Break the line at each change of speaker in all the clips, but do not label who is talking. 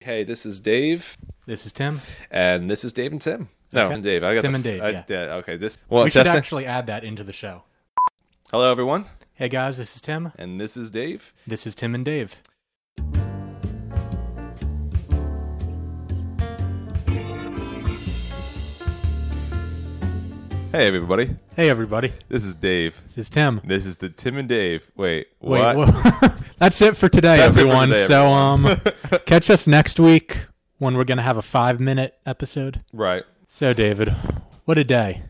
Hey, this is Dave,
This is Tim.
and this is Dave and Tim. No,
Okay.
and Dave. I got
Tim
the-
and Dave,
I-
yeah.
okay. This. Well,
we should
testing.
actually add that into the show.
Hello, everyone,
Hey guys, this is Tim.
and this is Dave.
This is Tim and Dave.
Hey, everybody.
Hey everybody,
This is Dave.
this is Tim.
This is the Tim and Dave. Wait, what?
Wait, whoa. that's it for today,
That's it for
everyone.
today,
so um,
everyone.
catch us next week when we're gonna have a five minute episode.
right.
So David, what a day.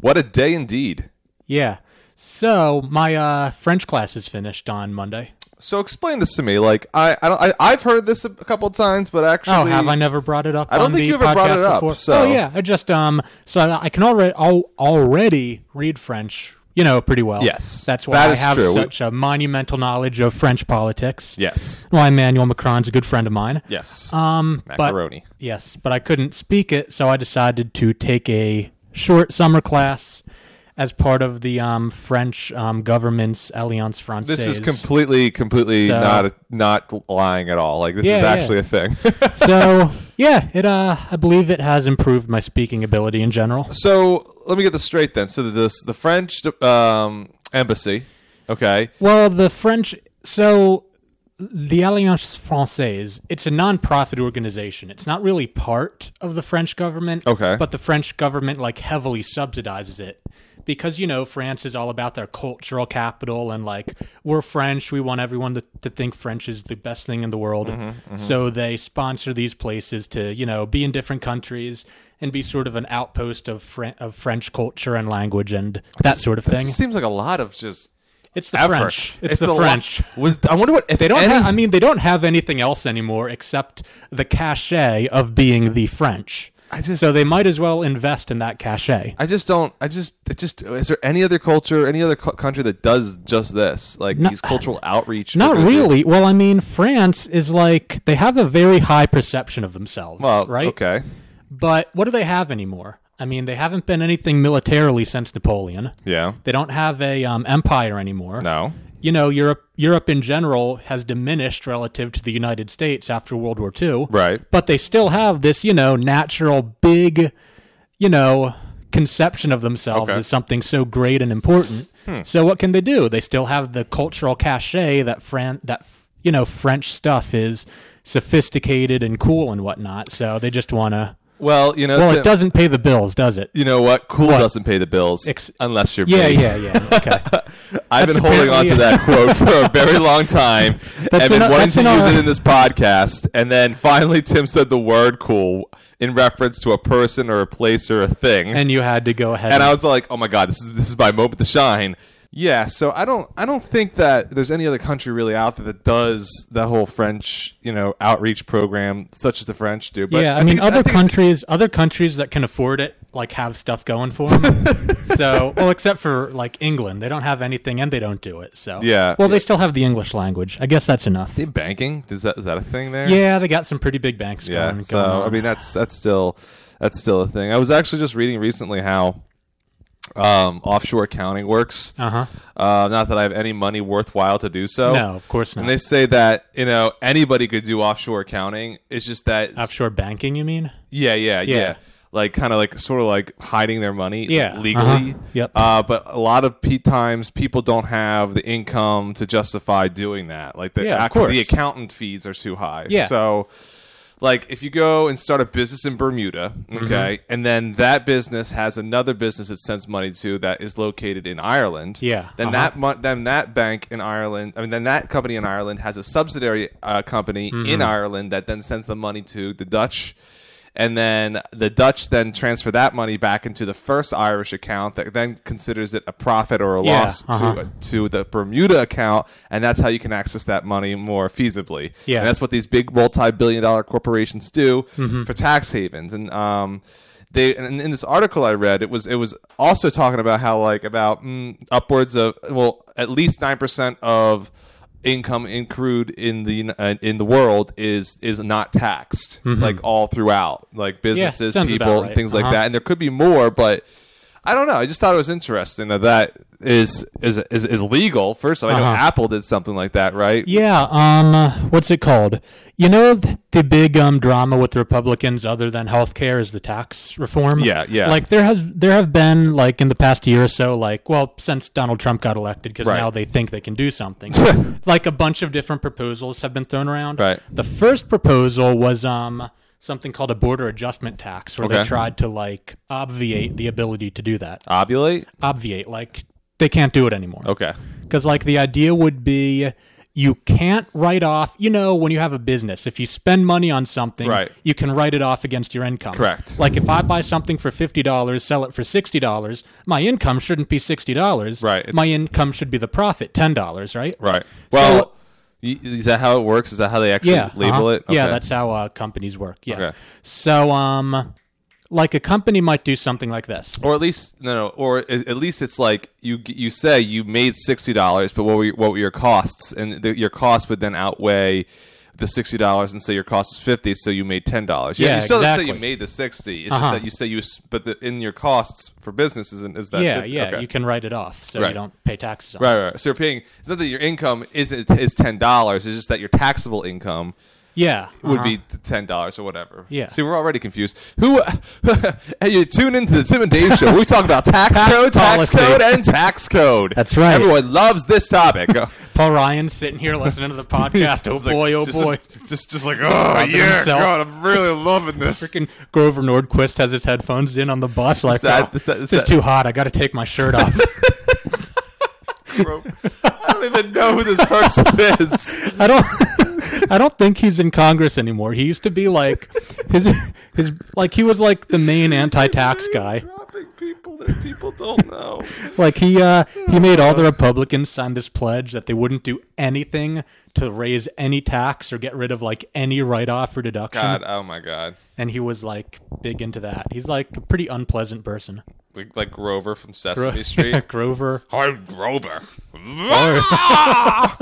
What a day indeed.
Yeah. So my uh, French class is finished on Monday.
So explain this to me. Like I, I don't. I, I've heard this a couple times, but actually,
Oh, have I never brought it up?
I don't
on
think
the
you ever brought
podcast
it up,
Before?
so-
Oh yeah, I just um, so I I can already al- already read French, you know, pretty well.
Yes.
that's why
That
I
is
have
true.
such a monumental knowledge of French politics.
Yes.
Why Emmanuel Macron's a good friend of mine.
Yes.
Um,
Macaroni.
But, yes, but I couldn't speak it, so I decided to take a short summer class as part of the um, French um, government's Alliance Française.
this is completely, completely
So-
not not lying at all. Like this
Yeah,
is
yeah.
actually a thing.
so yeah, it uh, I believe it has improved my speaking ability in general.
So let me get this straight then. So this the French um, embassy, okay,
Well, the French. So, the Alliance Francaise, it's a non-profit organization. It's not really part of the French government.
Okay.
But the French government, like, heavily subsidizes it. Because, you know, France is all about their cultural capital and, like, we're French. We want everyone to, to think French is the best thing in the world.
Mm-hmm,
So they sponsor these places to, you know, be in different countries and be sort of an outpost of, Fran- of French culture and language and that sort of
it
thing.
seems like a lot of just
It's the
efforts.
French. It's, the
a lot-
French.
was I wonder what if
They don't.
any-
ha- I mean, they don't have anything else anymore except the cachet of being the French.
I just-
so they might as well invest in that cachet.
I just don't. I just. It just. Is there any other culture, any other cu- country that does just this, like
No-
these cultural outreach?
Not
organizations?
really. Well, I mean, France is like they have a very high perception of themselves,
Well,
right?
Okay.
But what do they have anymore? I mean, they haven't been anything militarily since Napoleon.
Yeah.
They don't have a um, empire anymore.
No.
You know, Europe Europe in general has diminished relative to the United States after World War II.
Right.
but they still have this, you know, natural big, you know, conception of themselves
Okay.
as something so great and important. So what can they do? They still have the cultural cachet that Fran- that you know French stuff is sophisticated and cool and whatnot. So they just want to.
Well, you know.
Well,
Tim,
it doesn't pay the bills, does it?
You know what? Cool doesn't pay the bills
Ex-
unless you're.
Yeah,
paid.
yeah, yeah. Okay.
I've
That's
been holding on to
apparently-
that quote for a very long time
That's
and been
in our-
wanting
that's
to
in
use
our-
it in this podcast. And then finally, Tim said the word cool in reference to a person or a place or a thing. And,
and you had to go ahead.
I was like, oh my God, this is, this is my moment to shine. Yeah, so I don't I don't think that there's any other country really out there that does the whole French, you know, outreach program such as the French do. But
yeah, I,
think
mean,
it's-
other
think it's-
countries, other countries that can afford it, like have stuff going for them. so, well, except for like England, they don't have anything and they don't do it. So,
Yeah.
Well, they still have the English language. I guess that's enough.
in banking is that is that a thing there?
Yeah, they got some pretty big banks.
yeah
Going,
so
going
i
on.
mean that's that's still that's still a thing i was actually just reading recently how um, offshore accounting works
Uh-huh.
Uh, not that i have any money worthwhile to do so
No, of course not.
and they say that you know anybody could do offshore accounting it's just that
Offshore banking, you mean?
yeah, yeah, yeah. Like kind of like sort of like hiding their money
Yeah,
legally.
uh-huh, yep.
Uh, but a lot of pe- times people don't have the income to justify doing that. Like the
Yeah, of
ac-
course.
the accountant fees are too high.
Yeah.
So like if you go and start a business in Bermuda,
Mm-hmm.
okay, and then that business has another business it sends money to that is located in Ireland.
Yeah,
Then
uh-huh.
that mon- then that bank in Ireland, I mean then that company in Ireland has a subsidiary uh, company in
Mm-hmm.
Ireland that then sends the money to the Dutch and then the Dutch then transfer that money back into the first Irish account that then considers it a profit or a
Yeah,
loss
uh-huh.
to, to the Bermuda account, and that's how you can access that money more feasibly.
Yeah.
and that's what these big multi-billion-dollar corporations do
Mm-hmm.
for tax havens, and um. They, and in this article I read, it was it was also talking about how like about mm, upwards of well at least nine percent of income accrued in the uh, in the world is is not taxed like all throughout like businesses
Mm-hmm. sounds about
people and
right.
things like
Uh-huh.
that and there could be more but I don't know. I just thought it was interesting that that is is is, is legal. First of all, I know
Uh-huh.
Apple did something like that, right?
Yeah, um, uh, what's it called? You know th- the big um drama with the Republicans, other than healthcare, is the tax reform.
Yeah, yeah.
Like there has there have been like in the past year or so, like well since Donald Trump got elected, because
Right.
now they think they can do something. like a bunch of different proposals have been thrown around.
Right.
The first proposal was um something called a border adjustment tax, where they
Okay.
tried to like obviate the ability to do that.
Ovulate.
Obviate, like they can't do it anymore.
Okay.
Because, like, the idea would be you can't write off, you know, when you have a business, if you spend money on something,
Right.
you can write it off against your income.
Correct.
Like, if I buy something for $50, sell it for $60, my income shouldn't be $60.
Right, it's-
My income should be the profit, $10, right?
Right. Well, y is that how it works? Is that how they actually
Yeah.
label
uh-huh.
it? Okay.
Yeah, that's how uh, companies work. Yeah.
Okay.
So, um, like, a company might do something like this.
or at least no, no, or a- at least it's like you you say you made sixty dollars, but what were what were your costs? And the, your cost would then outweigh the sixty dollars, and say your cost was fifty, so you made ten dollars.
Yeah,
you still say
exactly.
you made the sixty. It's
Uh-huh.
just that you say you, s- but the, in your costs for business isn't is that
Yeah,
50?
yeah.
Okay.
You can write it off so you
Right.
don't pay taxes on it.
Right, right, right. So you're paying. It's not that your income is is ten dollars. It's just that your taxable income
Yeah.
would
uh-huh.
be t- ten dollars or whatever.
Yeah.
See, we're already confused. Who? hey, you tune into the Tim and Dave show. We talk about tax code, tax
policy.
code, and tax code.
That's right.
Everyone loves this topic. oh
Paul Ryan's sitting here listening to the podcast. Oh boy, oh boy.
Just, just, just like, oh yeah,
himself.
God, I'm really loving this.
Freaking Grover Nordquist has his headphones in on the bus, like,
that-
"Oh,
is that- is
this is
that-
too hot. I got to take my shirt off.
Bro. I don't even know who this person is.
I don't, I don't think he's in Congress anymore. He used to be like his, his, like he was like the main anti-tax guy.
Dropping people that people don't know.
Like he, uh, he made all the Republicans sign this pledge that they wouldn't do anything to raise any tax or get rid of like any write-off or deduction.
God, oh my God,
And he was like big into that. He's like a pretty unpleasant person.
like, like Grover from Sesame Street.
Grover.
I'm Grover. Ah!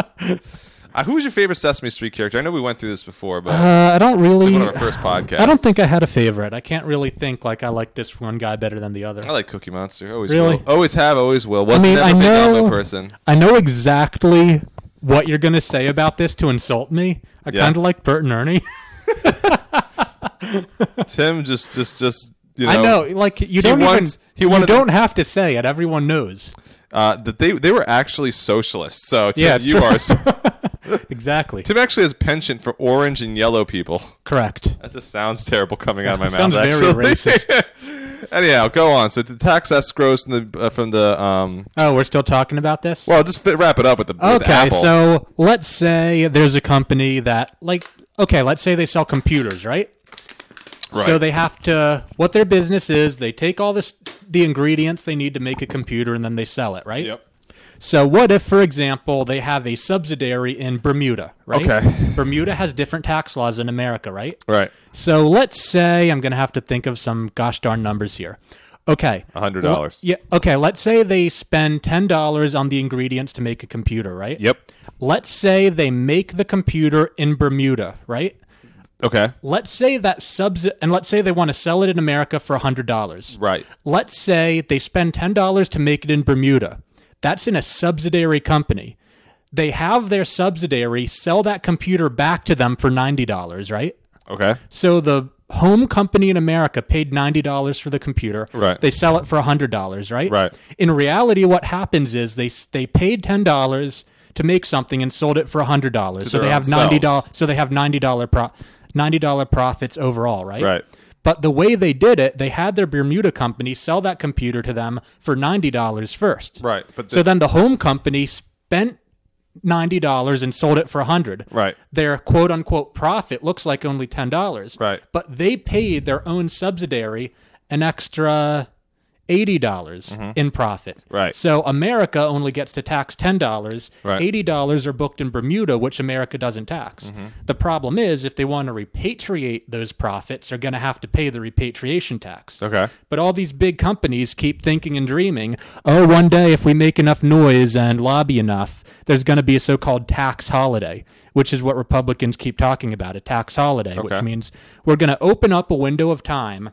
Uh, who was your favorite Sesame Street character? I know we went through this before, but
Uh, I don't really.
one of our first podcasts.
I don't think I had a favorite. I can't really think like I like this one guy better than the other.
I like Cookie Monster. Always
Really?
will. Always have. Always will. Wasn't
mean,
ever
I
a big
know-
Elmo person.
I know exactly what you're gonna say about this to insult me. I
Yeah.
kind of like Bert and Ernie.
Tim just, just, just. You know,
I know, like you don't
wants-
even.
he
you
wanted to-
don't have to say it. Everyone knows.
uh, that they they were actually socialists. So Tim,
Yeah,
you are.
Exactly.
Tim actually has a penchant for orange and yellow people.
Correct.
That just sounds terrible coming out of my
Sounds
mouth.
very
actually. Anyhow, go on. So the tax escrows from the uh, from the um.
Oh, we're still talking about this.
Well, just fit, wrap it up with the With
okay,
Apple.
so let's say there's a company that like okay, let's say they sell computers, right?
right.
So they have to what their business is, they take all this the ingredients they need to make a computer and then they sell it, right?
Yep.
So what if for example they have a subsidiary in Bermuda, right?
Okay.
Bermuda has different tax laws in America, right?
Right.
So let's say I'm going to have to think of some gosh darn numbers here. Okay.
$100.
Well, yeah, okay, let's say they spend $10 on the ingredients to make a computer, right?
Yep.
Let's say they make the computer in Bermuda, right?
Okay.
Let's say that subs and let's say they want to sell it in America for $100.
Right.
Let's say they spend $10 to make it in Bermuda. That's in a subsidiary company. They have their subsidiary sell that computer back to them for $90, right?
Okay.
So the home company in America paid $90 for the computer.
Right.
They sell it for $100, right?
Right.
In reality, what happens is they they paid $10 to make something and sold it for $100. So
their
they
own
have $90
selves.
so they have $90 pro, $90 profits overall, right?
Right.
But the way they did it, they had their Bermuda company sell that computer to them for $90 first.
Right. But
So then the home company spent ninety dollars and sold it for a hundred.
Right.
Their quote unquote profit looks like only ten dollars.
Right.
But they paid their own subsidiary an extra eighty dollars in profit.
Mm-hmm. Right.
So America only gets to tax ten dollars.
Right.
Eighty dollars are booked in Bermuda, which America doesn't tax.
Mm-hmm.
The problem is if they want to repatriate those profits, they're gonna have to pay the repatriation tax.
Okay.
But all these big companies keep thinking and dreaming, oh, one day if we make enough noise and lobby enough, there's going to be a so called tax holiday, which is what Republicans keep talking about a tax holiday, which
Okay.
means we're going to open up a window of time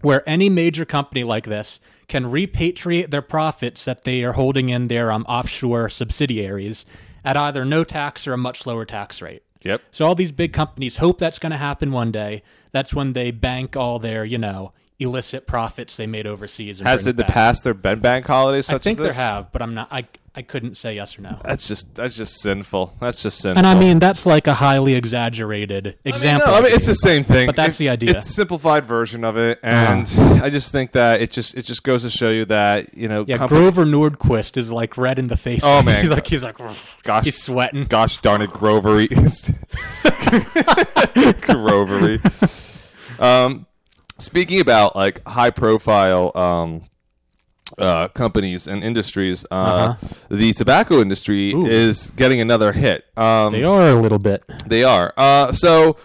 where any major company like this can repatriate their profits that they are holding in their um, offshore subsidiaries at either no tax or a much lower tax rate.
Yep.
So all these big companies hope that's going to happen one day. That's when they bank all their, you know, illicit profits they made overseas. And
Has
bring
in the
back.
past there been bank holidays such
I think
as
there
this? Uh,
have, but I'm not. I I couldn't say yes or no.
That's just that's just sinful. That's just sinful.
And I mean that's like a highly exaggerated example.
I mean, no, I
of
mean
it.
it's the same thing.
But that's
It-
the idea. Uh-huh.
It's a simplified version of it, and I just think that it just it just goes to show you that you know,
yeah,
company-
Grover Nordquist is like red in the face.
Oh, man.
he's like he's like
Gosh.
he's sweating.
gosh darn it, Grovery, Grovery. Um, speaking about like high profile um, uh, companies and industries, uh,
Uh-huh.
the tobacco industry is getting another hit. Um,
They are a little bit.
They are. Uh, so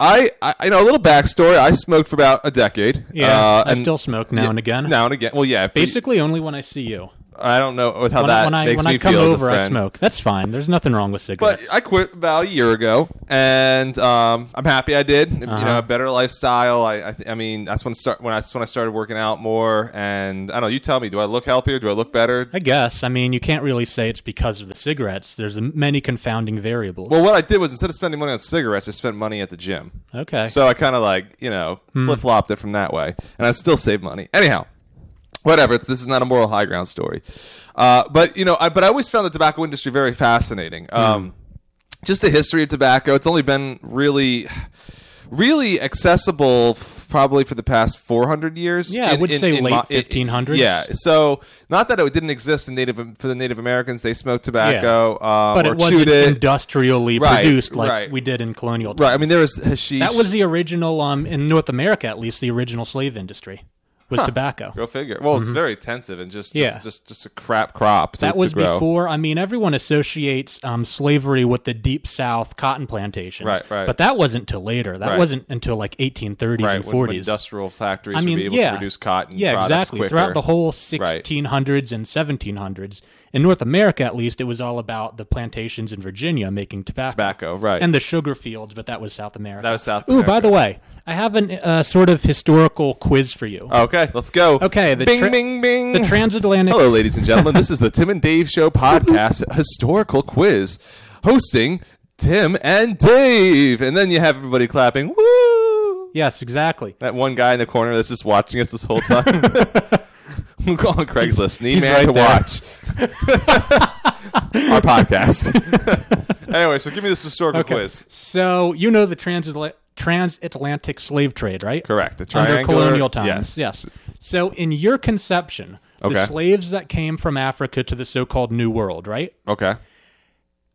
I, I, you know, a little backstory. I smoked for about a decade.
Yeah,
uh,
I still smoke now and again.
now and again. Well, yeah. if you-
Basically, only when I see you.
I don't know how
When, I-
that
when I
makes
when
me
I come
feel as a
over, I
friend.
smoke. That's fine. There's nothing wrong with cigarettes.
But I quit about a year ago, and um, I'm happy I did. You know, a better lifestyle. I, I, th- I mean, that's when start when I that's when I started working out more. And I don't know. You tell me. Do I look healthier? Do I look better?
I guess. I mean, you can't really say it's because of the cigarettes. There's many confounding variables.
Well, what I did was instead of spending money on cigarettes, I spent money at the gym.
okay. Hmm.
So I kind of like, you know, flip flopped it from that way. And I still save money. Anyhow, whatever. It's, this is not a moral high ground story. Uh, but, you know, I, but I always found the tobacco industry very fascinating.
Hmm.
Um, Just the history of tobacco. It's only been really, really accessible f- probably for the past 400 years.
Yeah, I would say late
mo-
1500s.
Yeah. So not that it didn't exist in Native for the Native Americans. They smoked tobacco uh,
but
or
it wasn't
chewed it.
industrially
Right,
produced like
right.
we did in colonial times.
right. I mean, there was hashish.
That was the original, um, in North America at least, the original slave industry was tobacco.
Go figure. Well, it's very intensive and just, just
Mm-hmm. Yeah.
just just a crap crop to,
That was
to grow.
before. I mean, everyone associates um, slavery with the Deep South cotton plantations,
Right, right.
But that wasn't till later. That
Right.
wasn't until like 1830s
right
and
when- when
40s.
industrial factories
I mean,
would be able
yeah,
to produce cotton.
Yeah,
products
exactly.
Quicker.
Throughout the whole
Right.
1600s and 1700s, in North America at least, it was all about the plantations in Virginia making tobacco,
tobacco, right?
and the sugar fields. But that was South America.
That was South
Ooh, by the way, I have an uh, sort of historical quiz for you.
okay, let's go.
Okay, the
bing
tra-
bing bing.
The transatlantic.
Hello, ladies and gentlemen. this is the Tim and Dave Show podcast historical quiz, hosting Tim and Dave, and then you have everybody clapping. Woo!
Yes, exactly.
That one guy in the corner that's just watching us this whole time. We'll call him Craigslist. Need man
right
to
there.
watch our podcast. anyway, so give me this historical quiz.
So you know the transatla- transatlantic slave trade, right?
Correct. The
Under
triangular-
colonial times.
yes.
Yes. So in your conception,
Okay.
the slaves that came from Africa to the so-called New World, right?
Okay.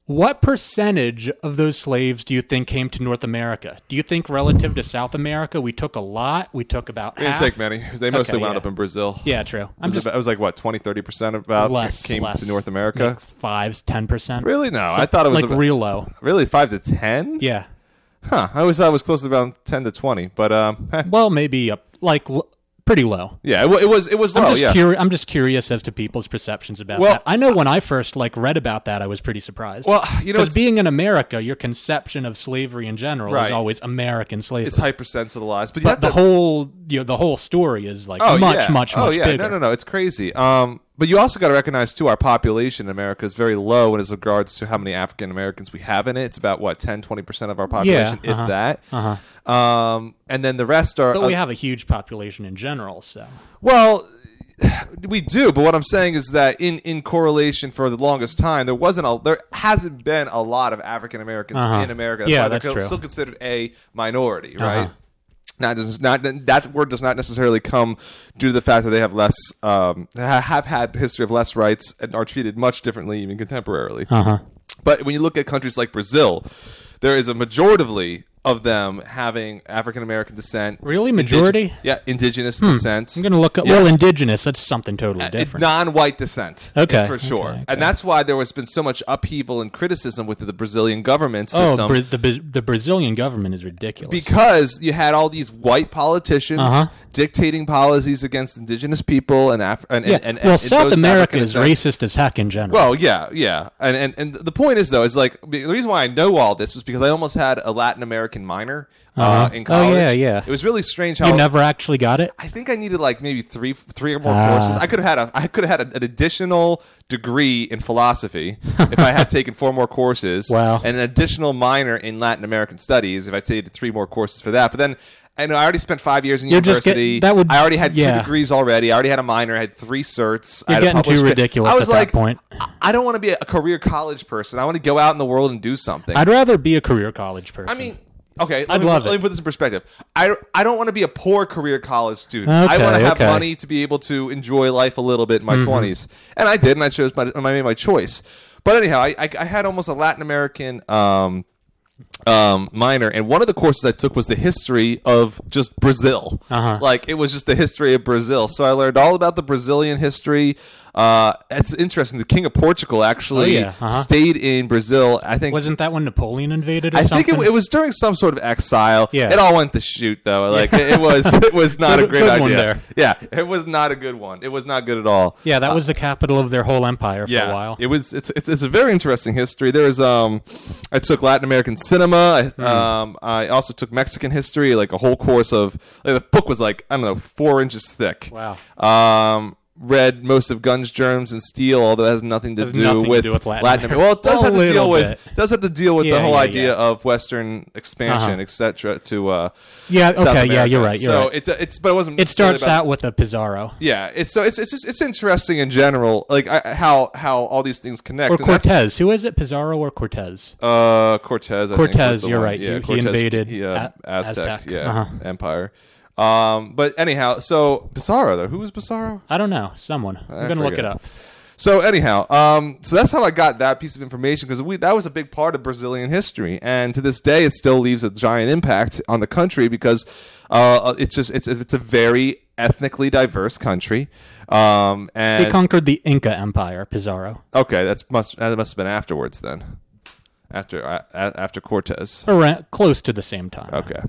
What percentage of those slaves do you think came to North America? Do you think relative to South America, we took a lot? We took about
We didn't
half?
take many. 'cause They mostly
Okay,
wound
yeah.
up in Brazil.
Yeah, true.
It
I'm
was,
just
about, it was like what 20 30 percent about
less
came
less,
to North America.
like five, ten percent.
really? No, I thought it was
like
about-
real low.
really five to ten.
Yeah.
Huh. I always thought it was close to about ten to twenty, but um,
Well, maybe up like l- pretty low.
yeah, it, wa- it was it was low.
I'm just
Oh, yeah.
curi- I'm just curious as to people's perceptions about
Well,
that. I know when I first like read about that, I was pretty surprised.
Well, you know,
because
it's,
being in America, your conception of slavery in general
Right.
is always American slavery.
it's hypersensitalized, but, you have
but the
to-
whole you know, the whole story is like
Oh,
much,
yeah.
much,
oh,
much
yeah.
bigger.
No, no, no. It's crazy. Um, but you also got to recognize too, our population in America is very low, and as regards to how many African Americans we have in it, it's about what 10, 20 percent of our population, if
uh-huh,
that. Um, and then the rest are
But we
uh,
have a huge population in general, so
well. We do, but what I'm saying is that in, in correlation for the longest time, there wasn't a there hasn't been a lot of African Americans
Uh-huh.
in America. That's
Yeah,
why they're
that's true.
still considered a minority, right?
Uh-huh.
not does not that word does not necessarily come due to the fact that they have less um, ha- have had history of less rights and are treated much differently even contemporarily.
uh-huh.
But when you look at countries like Brazil, there is a majoritively of them having African American descent.
Really?
Indige-
Majority? Hmm.
yeah, indigenous descent.
I'm gonna look up.
Yeah. Uh,
Well, indigenous, that's something totally different.
Non-white descent,
Okay.
is for sure,
Okay, okay.
and that's why there has been so much upheaval and criticism with the Brazilian government
oh,
system
Bra- the Bra- the Brazilian government is ridiculous.
because you had all these white politicians
Uh-huh.
dictating policies against indigenous people and Af- and,
yeah.
and, and,
well,
and
South
those
America
African
is
descent-
racist as heck in general.
Well, yeah, yeah, and, and and the point is though is like the reason why I know all this was because I almost had a Latin American American minor uh
Uh-huh.
in
Oh,
college.
yeah, yeah.
It was really strange how
You never actually got it?
I think I needed like maybe three, three or more
Ah.
courses. I could have had a, I could have had an additional degree in philosophy if I had taken four more courses.
Wow.
and an additional minor in Latin American studies if I taken three more courses for that. But then I know I already spent five years in
You're just get-
university.
that would-
I already had
yeah.
two degrees already. I already had a minor. I had three certs. I
You're
had a
getting too
published-
ridiculous
I was
at
like,
that point.
I- I don't want to be a career college person. I want to go out in the world and do something.
I'd rather be a career college person.
I mean, okay, let,
I'd
me,
love
let me
it.
put this in perspective. I, I don't want to be a poor career college student. I
Okay,
want to have
okay. Mm-hmm.
money to be able to enjoy life a little bit in my 20s. And I did, and I chose my, I made my choice. But anyhow, I, I, I had almost a Latin American um, um, minor, and one of the courses I took was the history of just Brazil.
Uh-huh.
Like it was just the history of Brazil. So I learned all about the Brazilian history. Uh, it's interesting. The King of Portugal actually
yeah, uh-huh.
stayed in Brazil. I think
Wasn't that when Napoleon invaded or
I
something?
think it, it was during some sort of exile.
Yeah.
It all went to shoot though. Like it, it was it was not a
Good-
great
good
idea.
one there.
Yeah, it was not a good one. It was not good at all.
yeah, that was the capital of their whole empire for
uh, Yeah,
a while.
it was. It's, it's it's a very interesting history. There is um, I took Latin American cinema.
Hmm.
I, um, I also took Mexican history, like a whole course of. Like the book was like I don't know, four inches thick.
Wow.
Um, read most of Guns, Germs, and Steel, although it has nothing to,
Has
do,
nothing to
with
do with Latin
Latin America.
America.
Well, it does
A
have to deal
little
with
bit.
does have to deal with the
Yeah,
whole
yeah,
idea
yeah.
of Western expansion,
Uh-huh.
etc. To uh,
yeah,
South
okay, yeah, you're
America.
right. You're
so
right.
it's it's but it wasn't.
It
necessarily
starts
about-
out with a Pizarro.
Yeah, it's so it's it's just, it's interesting in general, like I, how how all these things connect.
Or
and that's-
Cortez. Who is it? Pizarro or Cortez?
Uh, Cortez. I think, was
Cortez,
the
you're
one.
right.
Yeah,
He- he
Cortez,
invaded
he, uh,
A-
Aztec,
Aztec.
Yeah,
Uh-huh.
empire. Um, but anyhow, so Pizarro though, who was Pizarro?
I don't know. Someone. I'm gonna look
forget.
it up.
So anyhow, um, so that's how I got that piece of information because we that was a big part of Brazilian history, and to this day, it still leaves a giant impact on the country because uh, it's just it's it's a very ethnically diverse country. Um,
He
and
conquered the Inca Empire, Pizarro.
okay, that's must that must have been afterwards then, after uh, after Cortez.
Around, close to the same time.
Okay,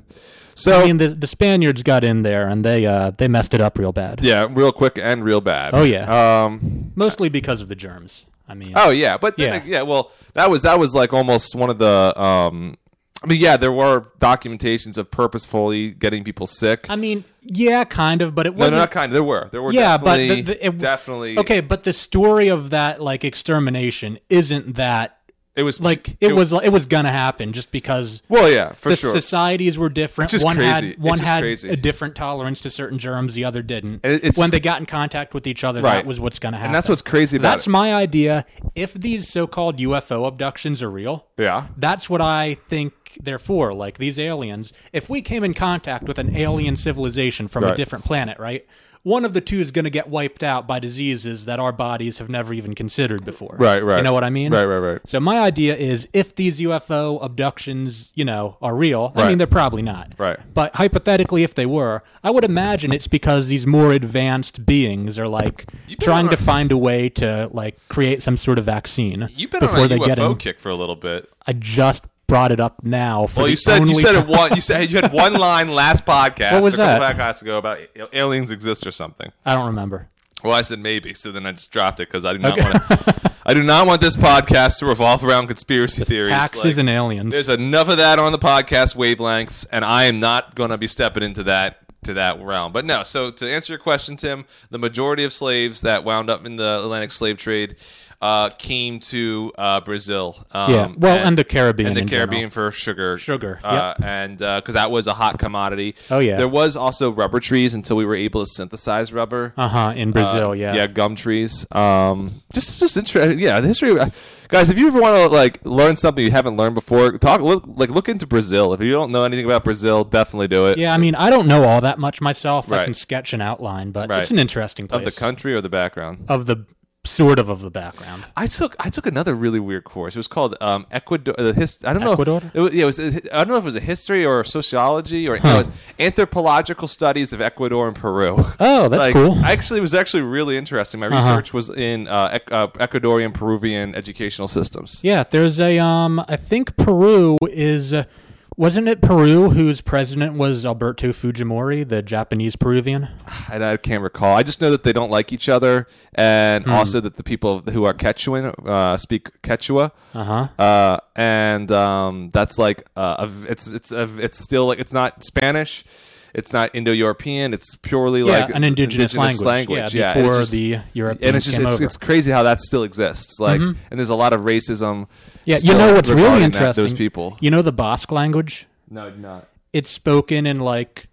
so
I mean, the, the Spaniards got in there and they uh, they messed it up real bad.
Yeah, real quick and real bad.
Oh, yeah.
Um.
Mostly because of the germs. I mean,
Oh yeah, but then,
Yeah.
yeah. Well, that was that was like almost one of the. Um. I mean, yeah, there were documentations of purposefully getting people sick.
I mean, yeah, kind of, but it
no,
wasn't.
no, not kind. Of, there were. There were.
yeah, but
definitely,
the, the, it,
definitely.
Okay, but the story of that like extermination isn't that
It was
like it, was it was gonna happen just because
Well, yeah, for
the
sure.
societies were different.
It's just
one
crazy.
had
It's
one
just
had
crazy.
a different tolerance to certain germs, the other didn't.
And it- it's-
when they got in contact with each other,
Right.
that was what's gonna happen.
and that's what's crazy about
That's
it.
my idea. If these so-called UFO abductions are real,
Yeah.
that's what I think they're for. Like these aliens, if we came in contact with an alien civilization from
Right.
a different planet, right? One of the two is going to get wiped out by diseases that our bodies have never even considered before.
Right, right.
You know what I mean?
Right, right, right.
So my idea is, if these UFO abductions, you know, are real, I
Right.
mean, they're probably not.
Right.
But hypothetically, if they were, I would imagine it's because these more advanced beings are like
been
trying
on a-
to find a way to like create some sort of vaccine
You've been
before
on a
they get
UFO
in.
kick for a little bit.
I just brought it up now. For
Well,
the
you said
only
you said
time-
it one. You said you had one line last podcast.
What was
a couple
that?
Podcasts ago about aliens exist or something.
I don't remember.
Well, I said maybe, so then I just dropped it because I do not want to. I do not want this podcast to revolve around conspiracy theories.
Taxes
Like,
and aliens.
there's enough of that on the podcast wavelengths, and I am not going to be stepping into that to that realm. But no, so to answer your question, Tim, the majority of slaves that wound up in the Atlantic slave trade uh, came to uh, Brazil. Um,
yeah. Well, and, the Caribbean.
and the
in general.
Caribbean for sugar,
Sugar,
uh, and because that was a hot commodity.
Oh, yeah.
there was also rubber trees until we were able to synthesize rubber.
Uh-huh, in Brazil,
Uh,
yeah.
yeah, gum trees. Um, just, just interesting. Yeah, the history. Of, uh, guys, if you ever want to like learn something you haven't learned before, talk. Look, like look into Brazil. If you don't know anything about Brazil, definitely do it.
Yeah, I mean, I don't know all that much myself.
Right.
I can sketch an outline, but
Right.
it's an interesting place
of the country or the background.
of the sort of of the background.
I took I took another really weird course. It was called um, Ecuador. The hist- I don't know.
Ecuador?
It was, yeah, it was. I don't know if it was a history or sociology or no, it was anthropological studies of Ecuador and Peru.
Oh, that's
Like,
cool. Uh-huh.
Actually, it was actually really interesting. My research was in uh, Ec- uh, Ecuadorian Peruvian educational systems.
Yeah, there's a um I think Peru is uh, Wasn't it Peru whose president was Alberto Fujimori, the Japanese Peruvian?
And I can't recall. I just know that they don't like each other, and
Hmm.
also that the people who are Quechuan uh, speak Quechua.
Uh-huh.
Uh, and um, that's like uh, a v- it's it's a, v- it's still like it's not Spanish, it's not Indo-European. It's purely
Yeah,
like
an indigenous, language.
and
Yeah,
it's
before
just-
the Europeans
and it's just
came
it's,
over. Mm-hmm.
it's crazy how that still exists. Like, and there's a lot of racism.
yeah, you
still
know what's really
regarding that-
interesting?
those people.
You know the Basque language?
No, not.
It's spoken in like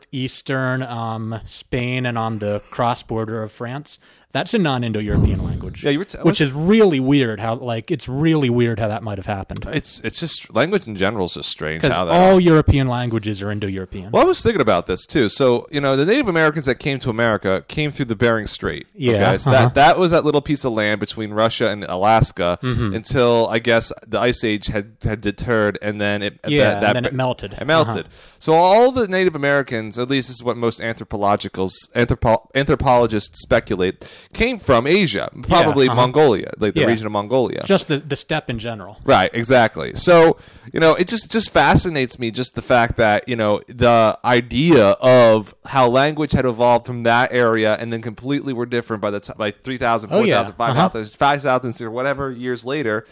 northeastern um, Spain and on the cross border of France. That's a non-Indo-European language.
Yeah, you were t-
which is really weird. How like it's really weird how that might have happened.
It's it's just language in general is just strange
Because
how that
all European languages are Indo-European.
Well, I was thinking about this too. So, you know, the Native Americans that came to America came through the Bering Strait.
Yeah, uh-huh.
Okay? So that, that was that little piece of land between Russia and Alaska
Mm-hmm.
until I guess the Ice Age had, had deterred and then it that,
Yeah, and
that
then it melted. Uh-huh.
It melted. So all the Native Americans, at least this is what most anthropologicals anthropo- anthropologists speculate, came from Asia, probably
uh-huh.
Mongolia, like the
Yeah.
region of Mongolia.
Just the, the step in general.
Right, exactly. So, you know, it just just fascinates me just the fact that, you know, the idea of how language had evolved from that area and then completely were different by the time by 3000,
Oh, yeah.
4000, 5000, 5000 or whatever years later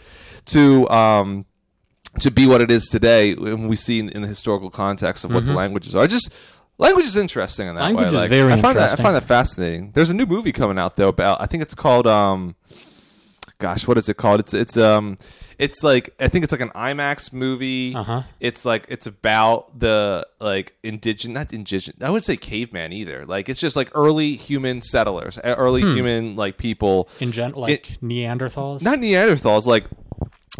to um to be what it is today and we see in, in the historical context of what the languages are. Just language is interesting in that
Mm-hmm. Language
way.
is
Like,
very
I find that I
interesting.
find that fascinating. There's a new movie coming out though about I think it's called um gosh, what is it called? It's it's um it's like I think it's like an IMAX movie.
Uh-huh.
It's like it's about the like indigenous not indigenous I wouldn't say caveman either. Like it's just like early human settlers, uh, early human like people.
Hmm. In gen- like Neanderthals.
Not Neanderthals, like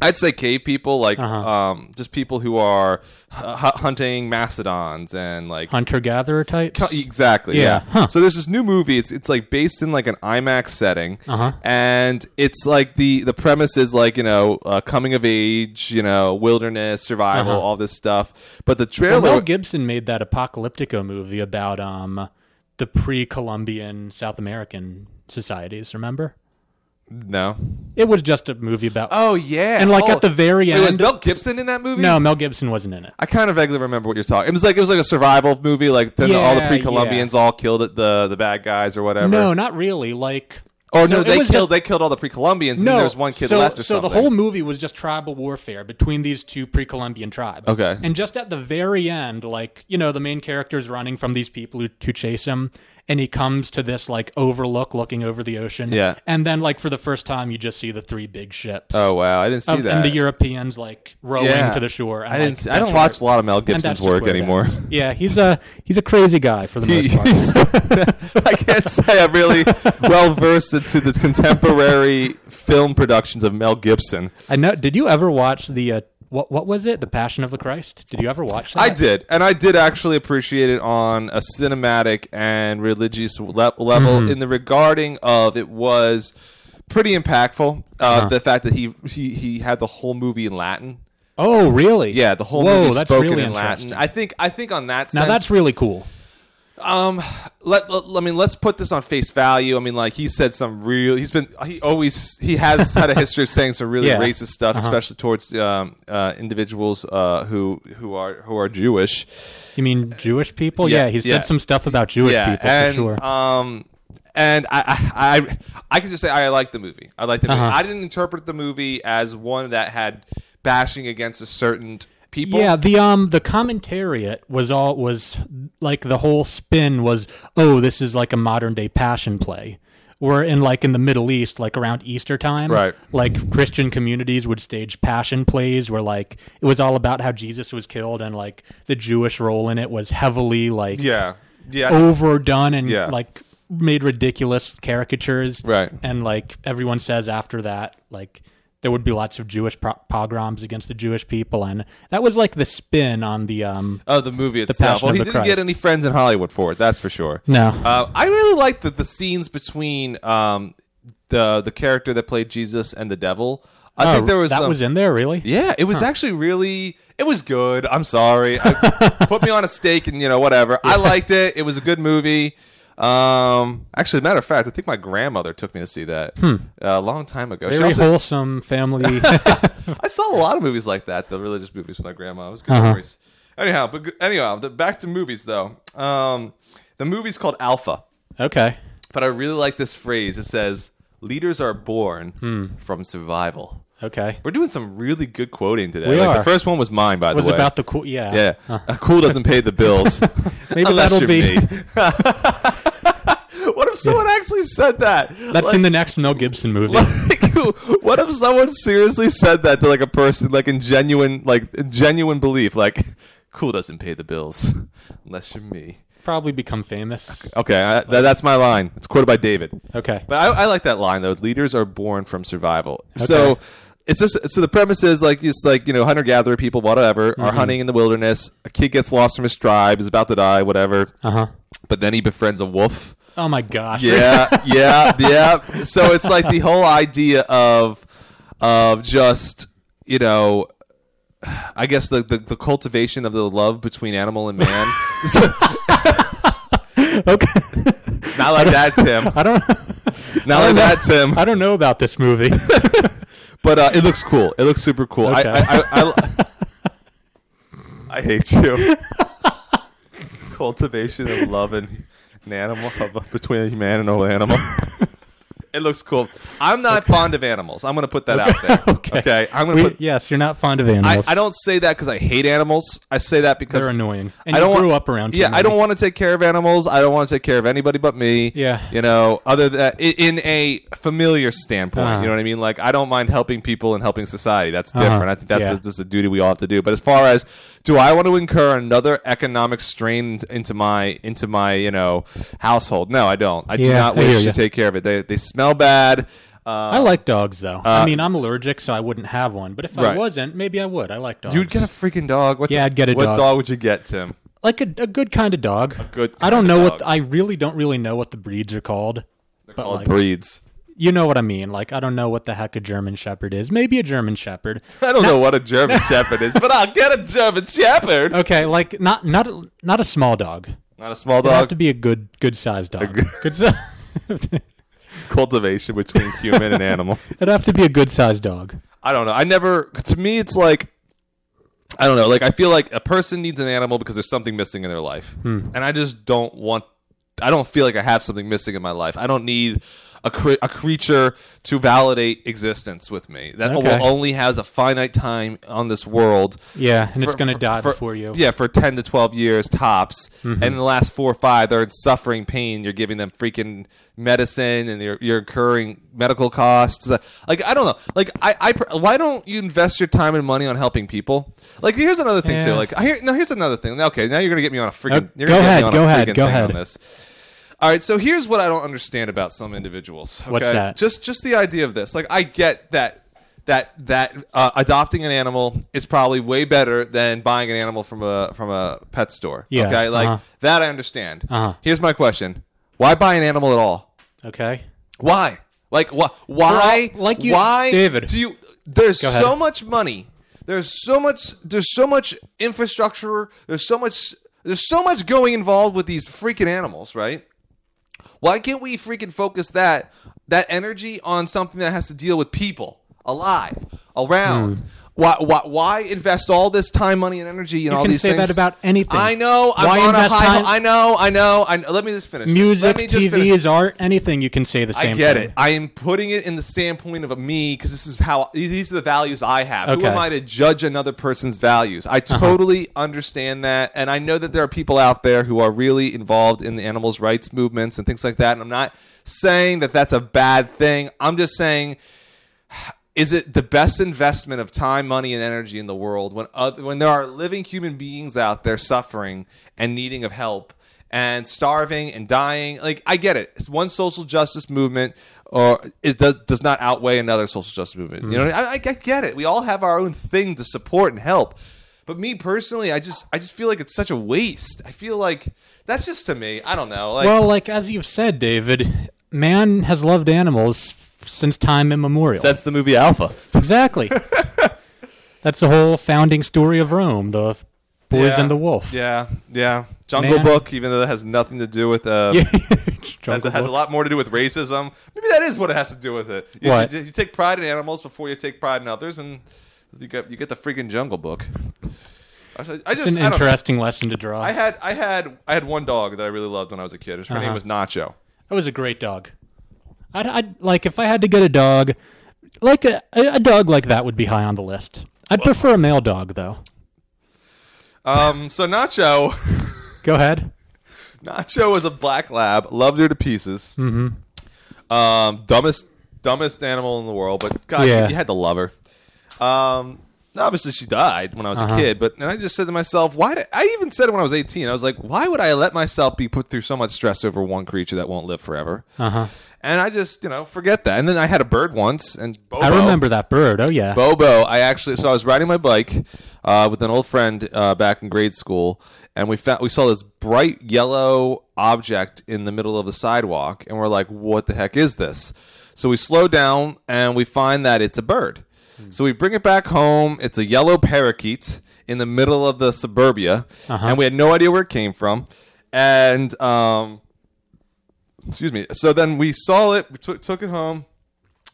I'd say cave people, like
Uh-huh.
um just people who are hu- hu- hunting mastodons and like
Hunter gatherer types.
Co- Exactly. Yeah.
Yeah. Huh.
So there's this new movie. It's it's like based in like an IMAX setting,
Uh-huh.
and it's like the the premise is like you know uh, coming of age, you know wilderness survival, all this stuff. But the trailer,
Uh-huh. Mel Gibson made that apocalyptico movie about um the pre-Columbian South American societies. Remember?
no.
It was just a movie about.
Oh yeah.
And, like,
Oh.
at the very
Wait, was
end-
Mel Gibson in that movie?
no, Mel Gibson wasn't in it.
I kind of vaguely remember what you're talking. It was like it was like a survival movie. Like then all the
Yeah,
pre-Columbians all killed at the the bad guys or whatever.
No, not really. Like.
Or
so
no,
it
they
was
killed they killed all the pre-Columbians.
No,
and then there's one kid
so,
left or
so
something.
the whole movie was just tribal warfare between these two pre-Columbian tribes.
Okay.
And just at the very end, like you know, the main character's running from these people who, who chase him, and he comes to this like overlook, looking over the ocean.
Yeah.
And then, like for the first time, you just see the three big ships.
oh wow, I didn't see
of-
that.
and the Europeans like rowing
Yeah.
to the shore. And,
I
like,
didn't. see I
that's
don't
where-
watch a lot of Mel
and that's
Gibson's
just
work
where it
anymore.
ends. Yeah, he's a he's a crazy guy for the most part.
He's- I can't say I'm really well versed into the contemporary film productions of Mel Gibson.
I know. Did you ever watch the uh, what what was it? The Passion of the Christ. Did you ever watch that?
I did, and I did actually appreciate it on a cinematic and religious le- level
Mm-hmm.
in the regarding of it was pretty impactful. Uh,
Uh-huh.
The fact that he, he he had the whole movie in Latin.
Oh, really?
Yeah, the whole
Whoa,
movie
that's
spoken
really
in Latin.
interesting.
I think I think on that
Now
sense,
that's really cool.
Um, let, let I mean, let's put this on face value. I mean, like he said some real. He's been he always he has had a history of saying some really
Yeah. Uh-huh.
racist stuff, especially towards um, uh, individuals uh, who who are who are Jewish.
You mean Jewish people?
Yeah,
Yeah, he
yeah.
said some stuff about Jewish
yeah,
people
and
for sure.
um, and I, I I I can just say I like the movie. I like the movie.
Uh-huh.
I didn't interpret the movie as one that had bashing against a certain people.
yeah, the um the commentariat was all was like the whole spin was oh this is like a modern day passion play. Where in like in the Middle East, like around Easter time,
Right.
Like Christian communities would stage passion plays where like it was all about how Jesus was killed and like the Jewish role in it was heavily like
yeah, yeah.
Oh. overdone and
Yeah.
like made ridiculous caricatures.
Right.
And like everyone says after that, like there would be lots of Jewish pro- pogroms against the Jewish people, and that was like the spin on the um.
Oh, the movie itself.
Passion
Well,
of
he
the
didn't get
Christ.
any friends in Hollywood for it. That's for sure.
No.
Uh, I really liked the, the scenes between um, the the character that played Jesus and the devil. I think there was
Oh, that
some,
was in there, really.
yeah, it was actually really it was good. I'm sorry, I, put me on a stake and you know whatever. I liked it. It was a good movie. Um, actually, matter of fact, I think my grandmother took me to see that uh, a long time ago. She
Hmm. Very
also-
wholesome family.
I saw a lot of movies like that, the religious movies with my grandma. It was good
Uh-huh.
stories. Anyhow, but g- anyhow, the, back to movies though. Um, the movie's called Alpha,
okay.
but I really like this phrase. It says, "Leaders are born
Hmm.
from survival."
Okay.
We're doing some really good quoting today.
We
like the
are.
first one was mine, by
It was
the way.
about the cool. Yeah.
yeah, Uh, cool doesn't pay the bills.
Maybe
Unless
that'll be.
you're me. what if someone actually said that?
That's
Like-
in the next Mel Gibson movie.
like, what if someone seriously said that to like a person like in genuine like in genuine belief like cool doesn't pay the bills unless you're me
Probably become famous.
okay I, that, that's my line it's quoted by david
Okay.
but I, I like that line though leaders are born from survival so it's just so the premise is like just like you know hunter gatherer people whatever are hunting in the wilderness a kid gets lost from his tribe is about to die whatever
Uh huh.
but then he befriends a wolf
Oh my gosh.
yeah, yeah, yeah. So it's like the whole idea of of just you know, I guess the the, the cultivation of the love between animal and man.
okay.
Not like that, Tim.
I don't.
Not like that, Tim.
I don't know about this movie.
But uh, it looks cool. It looks super cool.
Okay.
I, I, I, I, I hate you. Cultivation of love and an animal of, between a man and an animal. It looks cool. I'm not fond of animals. I'm going to put that out there. Okay.
Okay.
I'm going
We-
to put
yes, you're not fond of animals.
I, I don't say that because I hate animals. I say that because
They're annoying. And
I don't
you
want-
grew up around. too
Yeah, I
many.
don't want to take care of animals. I don't want to take care of anybody but me.
Yeah.
you know, other than i- in a familiar standpoint,
Uh-huh.
you know what I mean. Like, I don't mind helping people and helping society. That's different. I think that's
Yeah.
a- just a duty we all have to do. But as far as do I want to incur another economic strain into my into my you know household? No, I don't. I do
Yeah,
not
I hear
wish to
ya.
take care of it. They they smell bad. Uh,
I like dogs though. I mean, I'm allergic, so I wouldn't have one. But if
Right.
I wasn't, maybe I would. I like dogs.
You'd get a freaking dog. What's
Yeah, I'd get a
what
dog.
dog would you get, Tim?
like a, a good kind of dog.
good
I don't
kind of
know
dog.
what I really don't really know what the breeds are called. but
Called
like,
breeds.
you know what I mean. Like I don't know what the heck a German Shepherd is. Maybe a German Shepherd.
I don't know what a German Shepherd is, but I'll get a German Shepherd.
Okay, like not not a- not a small dog.
Not a small
It'd have
dog.
to be a good good sized dog.
good-
good si-
Cultivation between human and animal.
It'd have to be a good sized dog.
I don't know. I never. To me, it's like I don't know. Like I feel like a person needs an animal because there's something missing in their life, and I just don't want. I don't feel like I have something missing in my life. I don't need a cre- a creature to validate existence with me. That
Okay.
will only has a finite time on this world.
Yeah, and it's
for-
gonna
for-
die
for-
before you. Mm-hmm.
Yeah, for ten to twelve years tops, and in the last four or five, they're in suffering pain. You're giving them freaking medicine, and you're, you're incurring medical costs. Uh, Like I don't know. Like I, I, pr- why don't you invest your time and money on helping people? Like here's another thing too.
Yeah.
Like I hear, no, here's another thing. Okay, now you're gonna get me on a freaking.
Uh,
you're
go
gonna get
ahead,
me on
go
a
ahead,
freaking
go
thing
ahead.
on this. All right, so here's what I don't understand about some individuals. Okay?
What's that?
Just just the idea of this. Like I get that that that uh, adopting an animal is probably way better than buying an animal from a from a pet store.
Yeah,
Okay, like
uh-huh.
that I understand.
Uh-huh.
Here's my question: Why buy an animal at all?
Okay.
Why? Like wh- Why?
Well, like you-
why,
David.
Do you? There's
ahead.
so much money. There's so much. There's so much infrastructure. There's so much. There's so much going involved with these freaking animals, right? Why can't we freaking focus that that energy on something that has to deal with people alive
Hmm.
around? Why, why, why invest all this time, money, and energy and all
can
these
say that
things?
about anything.
I know.
Why
I'm on a
invest
high.
time-
I know. I know. I know. Let me just finish. this.
Music,
Let me just
TV
finish.
is art, anything you can say the same
I get
thing.
it. I am putting it in the standpoint of a me because this is how these are the values I have. Who
Okay. Uh-huh.
am I to judge another person's values? I totally understand that, and I know that there are people out there who are really involved in the animals' rights movements and things like that. And I'm not saying that that's a bad thing. I'm just saying is it the best investment of time, money, and energy in the world when other, when there are living human beings out there suffering and needing of help and starving and dying? Like I get it, it's one social justice movement, or it does, does not outweigh another social justice movement. You know, what I, I, I get it. We all have our own thing to support and help. But me personally, I just I just feel like it's such a waste. I feel like that's just to me. I don't know. Like
Well, like as you've said, David, man has loved animals f- since time immemorial.
that's the movie Alpha.
exactly. That's the whole founding story of Rome, the f- boys
Yeah.
and the wolf.
Yeah, yeah. Jungle
Man.
Book, even though that has nothing to do with uh, As it has a lot more to do with racism. Maybe that is what it has to do with it. You,
What?
you, you take pride in animals before you take pride in others, and you get you get the freaking Jungle Book. I, was like- I just
It's an
I don't know.
interesting lesson to draw.
I had I had I had one dog that I really loved when I was a kid. Her name
Uh-huh.
was Nacho.
That was a great dog. I'd, I'd like if I had to get a dog, like a, a dog like that would be high on the list. I'd prefer a male dog though.
Um, so Nacho,
Go ahead.
Nacho was a black lab. Loved her to pieces. Mm-hmm. Um, dumbest dumbest animal in the world, but God,
Yeah.
you, you had to love her. Um, obviously she died when I was
Uh-huh.
a kid, but and I just said to myself, why? Did, I even said it when I was eighteen. I was like, why would I let myself be put through so much stress over one creature that won't live forever?
Uh huh.
And I just you know forget that. And then I had a bird once, and Bobo,
I remember that bird. Oh yeah.
Bobo, I actually so I was riding my bike uh, with an old friend uh, back in grade school, and we found we saw this bright yellow object in the middle of the sidewalk, and we're like, "What the heck is this?" So we slow down, and we find that it's a bird. So we bring it back home. It's a yellow parakeet in the middle of the suburbia, and we had no idea where it came from, and um, excuse me. So then we saw it, we took took it home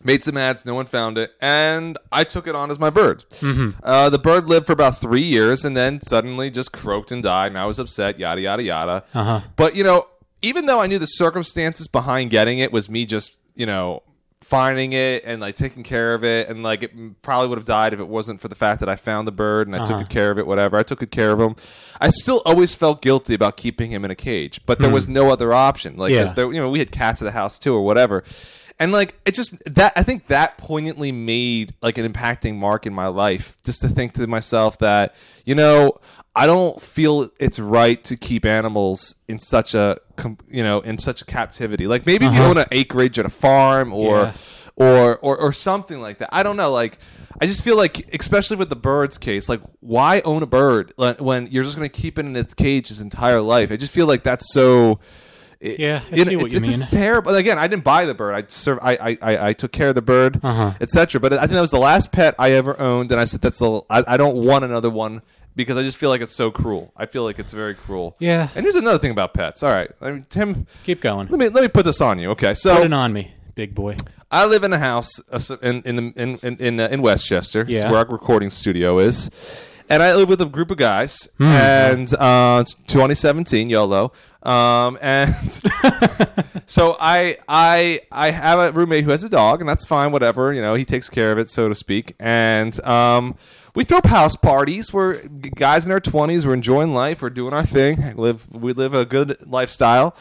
made some ads no one found it and i took it on as my bird
Mm-hmm.
uh, the bird lived for about three years and then suddenly just croaked and died and i was upset yada yada yada
Uh-huh.
but you know even though i knew the circumstances behind getting it was me just you know finding it and like taking care of it and like it probably would have died if it wasn't for the fact that i found the bird and i
Uh-huh.
took good care of it whatever i took good care of him i still always felt guilty about keeping him in a cage but there was no other option like
Hmm. Yeah.
'cause there you know we had cats at the house too or whatever and like it just that i think that poignantly made like an impacting mark in my life just to think to myself that you know i don't feel it's right to keep animals in such a com- you know in such a captivity like maybe if you own an acreage at a farm or
Yeah.
or, or or something like that. I don't know. Like I just feel like, especially with the birds case, like why own a bird like, when you're just going to keep it in its cage its entire life? I just feel like that's so. it-
Yeah, I
it-
see what
it's,
you
it's
mean.
just terrible. and Again, I didn't buy the bird. I serve. I I, I, I took care of the bird,
Uh-huh.
etc. But I think that was the last pet I ever owned, and I said that's the. I, I don't want another one because I just feel like it's so cruel. I feel like it's very cruel.
Yeah.
And here's another thing about pets. All right, I mean, Tim,
Keep going.
let me let me put this on you. Okay, so
Put it on me, big boy.
I live in a house uh, s- in in the- in in in, uh, in Westchester. It's
Yeah.
where our recording studio is, and I live with a group of guys.
Hmm.
And uh, it's 2017, YOLO. Um, and so I I I have a roommate who has a dog, and that's fine. Whatever you know, he takes care of it, so to speak. And um, we throw house parties. We're g- guys in our 20s. We're enjoying life. We're doing our thing. Live we live a good lifestyle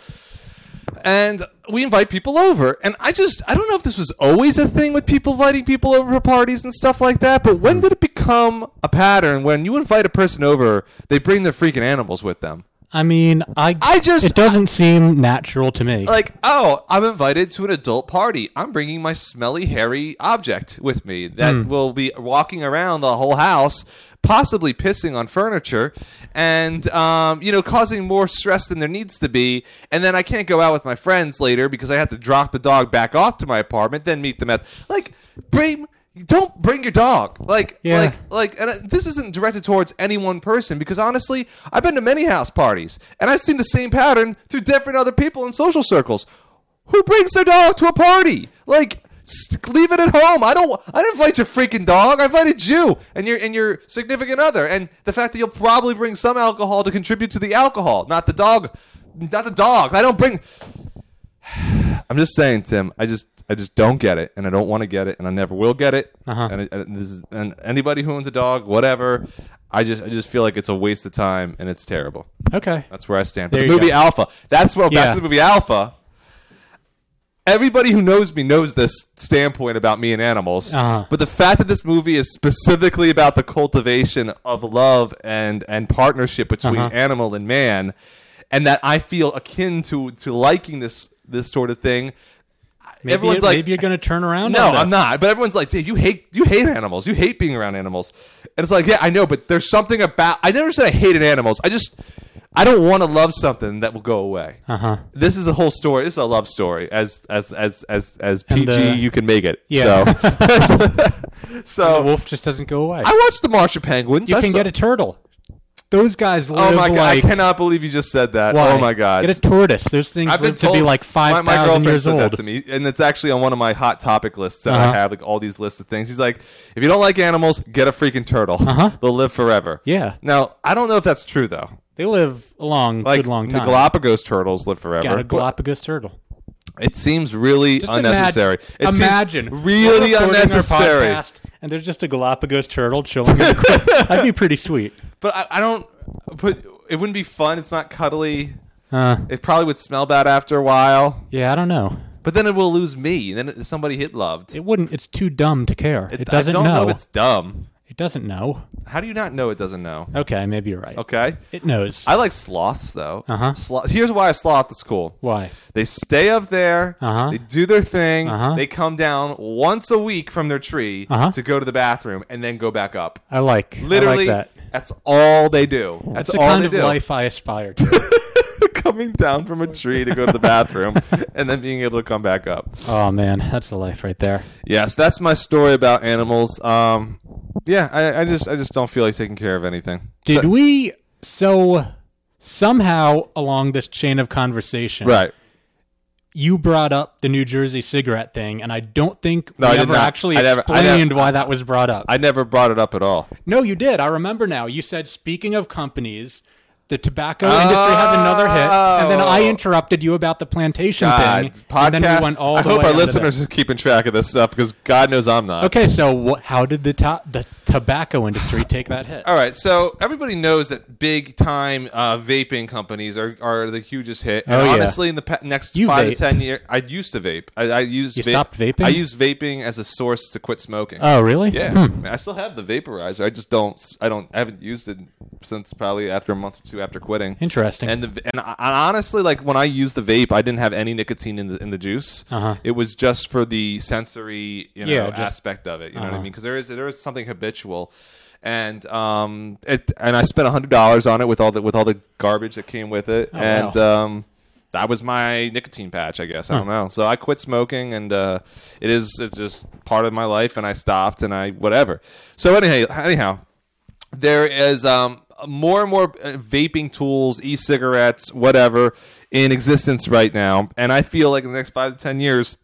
and we invite people over. And I just I don't know if this was always a thing with people inviting people over for parties and stuff like that, but when did it become a pattern when you invite a person over, they bring their freaking animals with them?
I mean, I
I just-
it doesn't seem natural to me.
Like, oh, I'm invited to an adult party. I'm bringing my smelly, hairy object with me that will be walking around the whole house, possibly pissing on furniture, and um, you know, causing more stress than there needs to be. And then I can't go out with my friends later because I have to drop the dog back off to my apartment, then meet them at like bring. Don't bring your dog. Like,
Yeah.
like, like and uh, this isn't directed towards any one person because honestly i've been to many house parties and i've seen the same pattern through different other people in social circles who brings their dog to a party like s leave it at home i don't i didn't invite your freaking dog i invited you and your and your significant other and the fact that you'll probably bring some alcohol to contribute to the alcohol not the dog not the dog i don't bring I'm just saying, Tim. I just I just don't get it, and I don't want to get it, and I never will get it.
Uh-huh.
And, it- and this is, and anybody who owns a dog, whatever, I just I just feel like it's a waste of time, and it's terrible.
okay.
That's where I stand. But
There
the
you
movie
go.
Alpha. That's where back
Yeah.
to the movie Alpha. Everybody who knows me knows this standpoint about me and animals.
Uh-huh.
But the fact that this movie is specifically about the cultivation of love and and partnership between
Uh-huh.
animal and man, and that I feel akin to to liking this this sort of thing.
Maybe,
everyone's
you-
like,
maybe you're going to turn around.
no,
on this.
I'm not. But everyone's like, dude, you hate you hate animals. You hate being around animals. And it's like, yeah, I know, but there's something about I never said I hated animals. I just I don't want to love something that will go away.
Uh-huh.
This is a whole story. This is a love story. As as as as as PG
the-
you can make it.
uh, Yeah.
So so uh,
The wolf just doesn't go away.
I watched the March of Penguins.
you
I
can
saw-
get a turtle. Those guys live
Oh my god!
like.
I cannot believe you just said that.
why?
Oh my god!
Get a tortoise. Those things
I've been
live to
told
be like
my,
five
my
thousand
girlfriend
years
said
old.
that to me, and it's actually on one of my hot topic lists that
Uh-huh.
I have, like all these lists of things. She's like, if you don't like animals, get a freaking turtle.
Uh-huh.
They'll live forever.
Yeah,
Now I don't know if that's true though.
they live a long,
Like
good long
the
time.
Galapagos turtles live forever.
Got a
but
Galapagos turtle.
It seems really
Just
unnecessary.
Imagine,
it
imagine
seems
we're
really
recording our
unnecessary.
podcast and there's just a Galapagos turtle chilling. in the corner. That'd be pretty sweet.
But I, I don't. But it wouldn't be fun. It's not cuddly.
Uh,
It probably would smell bad after a while.
yeah, I don't know.
But then it will lose me. Then it, somebody hit loved.
It wouldn't. It's too dumb to care. It, doesn't
I don't know.
know.
if it's dumb.
It doesn't know.
How do you not know it doesn't know?
Okay, maybe you're right.
Okay.
It knows.
I like sloths though.
Uh-huh.
Sloth- Here's why a sloth is cool.
Why?
They stay up there.
Uh-huh.
They do their thing.
Uh-huh.
They come down once a week from their tree
Uh-huh.
to go to the bathroom and then go back up.
I like.
Literally,
I like that.
that's all they do. That's
It's the
all
kind
they
of
do.
life I aspire to.
Coming down from a tree to go to the bathroom and then being able to come back up.
oh man, that's a life right there.
Yes, that's my story about animals. Um, yeah, I, I just I just don't feel like taking care of anything.
Did
So-
we so somehow along this chain of conversation?
right?
You brought up the New Jersey cigarette thing, and I don't think
No,
we
I did
ever
not.
actually
I never- I
explained
never-
why that was brought up.
I never brought it up at all.
no, you did. I remember now. You said speaking of companies. The tobacco industry had another hit, and then I
Oh.
interrupted you about the plantation
God,
thing,
podcast.
and then we went all
Ah,
the
I hope
way
our
under there.
listeners are keeping track of this stuff because God knows I'm not.
Okay, so wh- how did the to- the tobacco industry take that hit?
All right, so everybody knows that big time uh, vaping companies are, are the hugest hit. And
Oh, yeah.
honestly, in the pa- next
You
five to
vape.
ten years, I used to vape. I, I used
You
vape-
stopped vaping?
I used vaping as a source to quit smoking.
Oh, really?
yeah, I still have the vaporizer. I just don't. I don't. I haven't used it since probably after a month or two after quitting.
Interesting.
And the, and I, and honestly, like when I used the vape, I didn't have any nicotine in the in the juice.
Uh-huh.
It was just for the sensory, you know,
Yeah, just-
aspect of it. You know what I mean? Because there is there is something habitual, and um, it and I spent hundred dollars on it with all the with all the garbage that came with it, and um. That was my nicotine patch, I guess. I don't know. So I quit smoking, and uh, it is it's just part of my life. And I stopped, and I whatever. So anyhow, anyhow, there is um, more and more uh, vaping tools, e-cigarettes, whatever, in existence right now, and I feel like in the next five to ten years,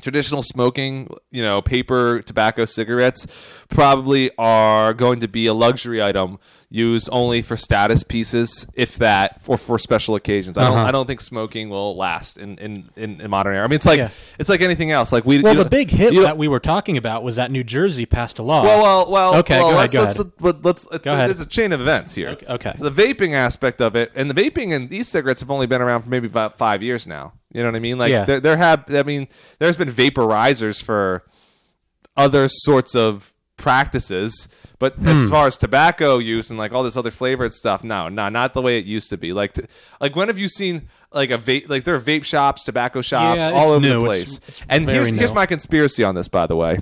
traditional smoking, you know, paper, tobacco, cigarettes, probably are going to be a luxury item used only for status pieces, if that, or for special occasions. I
Uh-huh.
don't, I don't think smoking will last in in, in, in modern era. I mean, it's like
Yeah.
it's like anything else. Like we
well,
you
the
know-
big hit
you know-
that we were talking about was that New Jersey passed a law.
well, uh, well, well.
Okay,
well,
go
let's,
ahead, go
let's,
ahead.
But let's. It's,
Go ahead.
There's a chain of events here.
Okay- okay.
So the vaping aspect of it, and the vaping and e-cigarettes have only been around for maybe about five years now. You know what I mean? Like
Yeah.
there, there have. I mean, there's been vaporizers for other sorts of practices, but
Hmm.
as far as tobacco use and like all this other flavored stuff, no, no, not the way it used to be. Like, t- like when have you seen like a vape? Like there are vape shops, tobacco shops,
Yeah,
all
it's
over
new.
the
It's-
place.
it's
and
very
here's here's
new.
my my conspiracy on this, by the way.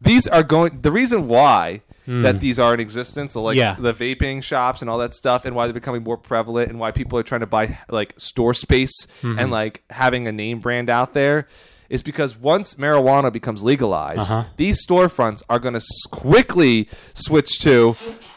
These are going. The reason why that these are in existence, so like
Hmm. Yeah.
the vaping shops and all that stuff, and why they're becoming more prevalent, and why people are trying to buy like store space
Hmm.
and like having a name brand out there, is because once marijuana becomes legalized,
Uh-huh.
these storefronts are going to quickly switch to,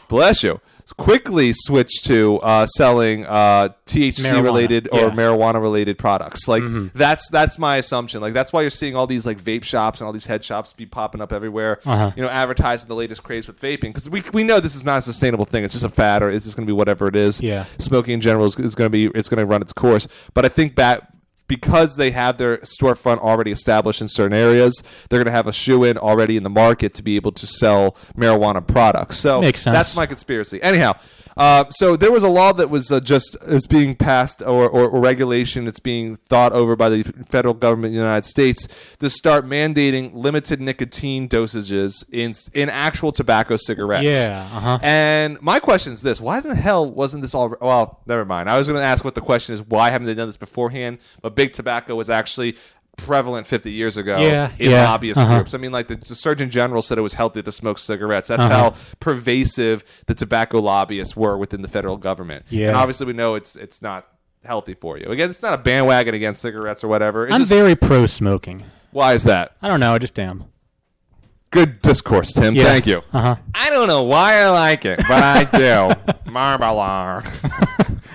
bless you, quickly switch to uh, selling uh, THC related
Marijuana,
or
yeah. Mm-hmm.
marijuana related products. Like that's that's my assumption. Like that's why you're seeing all these like vape shops and all these head shops be popping up everywhere.
Uh-huh.
You know, advertising the latest craze with vaping because we, we know this is not a sustainable thing. It's just a fad or it's just going to be whatever it is.
Yeah.
smoking in general is, is going to be it's going to run its course. But I think that because they have their storefront already established in certain areas, they're going to have a shoe in already in the market to be able to sell marijuana products. So
Makes sense.
that's my my conspiracy. Anyhow, uh, so there was a law that was uh, just is being passed or, or, or regulation that's being thought over by the federal government in the United States to start mandating limited nicotine dosages in in actual tobacco cigarettes.
Yeah, uh-huh.
And my question is this: Why the hell wasn't this all? Well, never mind. I was going to ask what the question is: Why haven't they done this beforehand? But big tobacco was actually prevalent 50 years ago
Yeah,
in
yeah, Uh-huh.
lobbyist groups. I mean, like the, the Surgeon General said, it was healthy to smoke cigarettes. That's
Uh-huh.
how pervasive the tobacco lobbyists were within the federal government.
Yeah.
and obviously we know it's it's not healthy for you. Again, it's not a bandwagon against cigarettes or whatever. It's
I'm
just,
very pro smoking.
why is that?
I don't know. I just am.
Good discourse, Tim.
Yeah.
Thank you.
Uh-huh.
I don't know why I like it, but I do. Marbalar.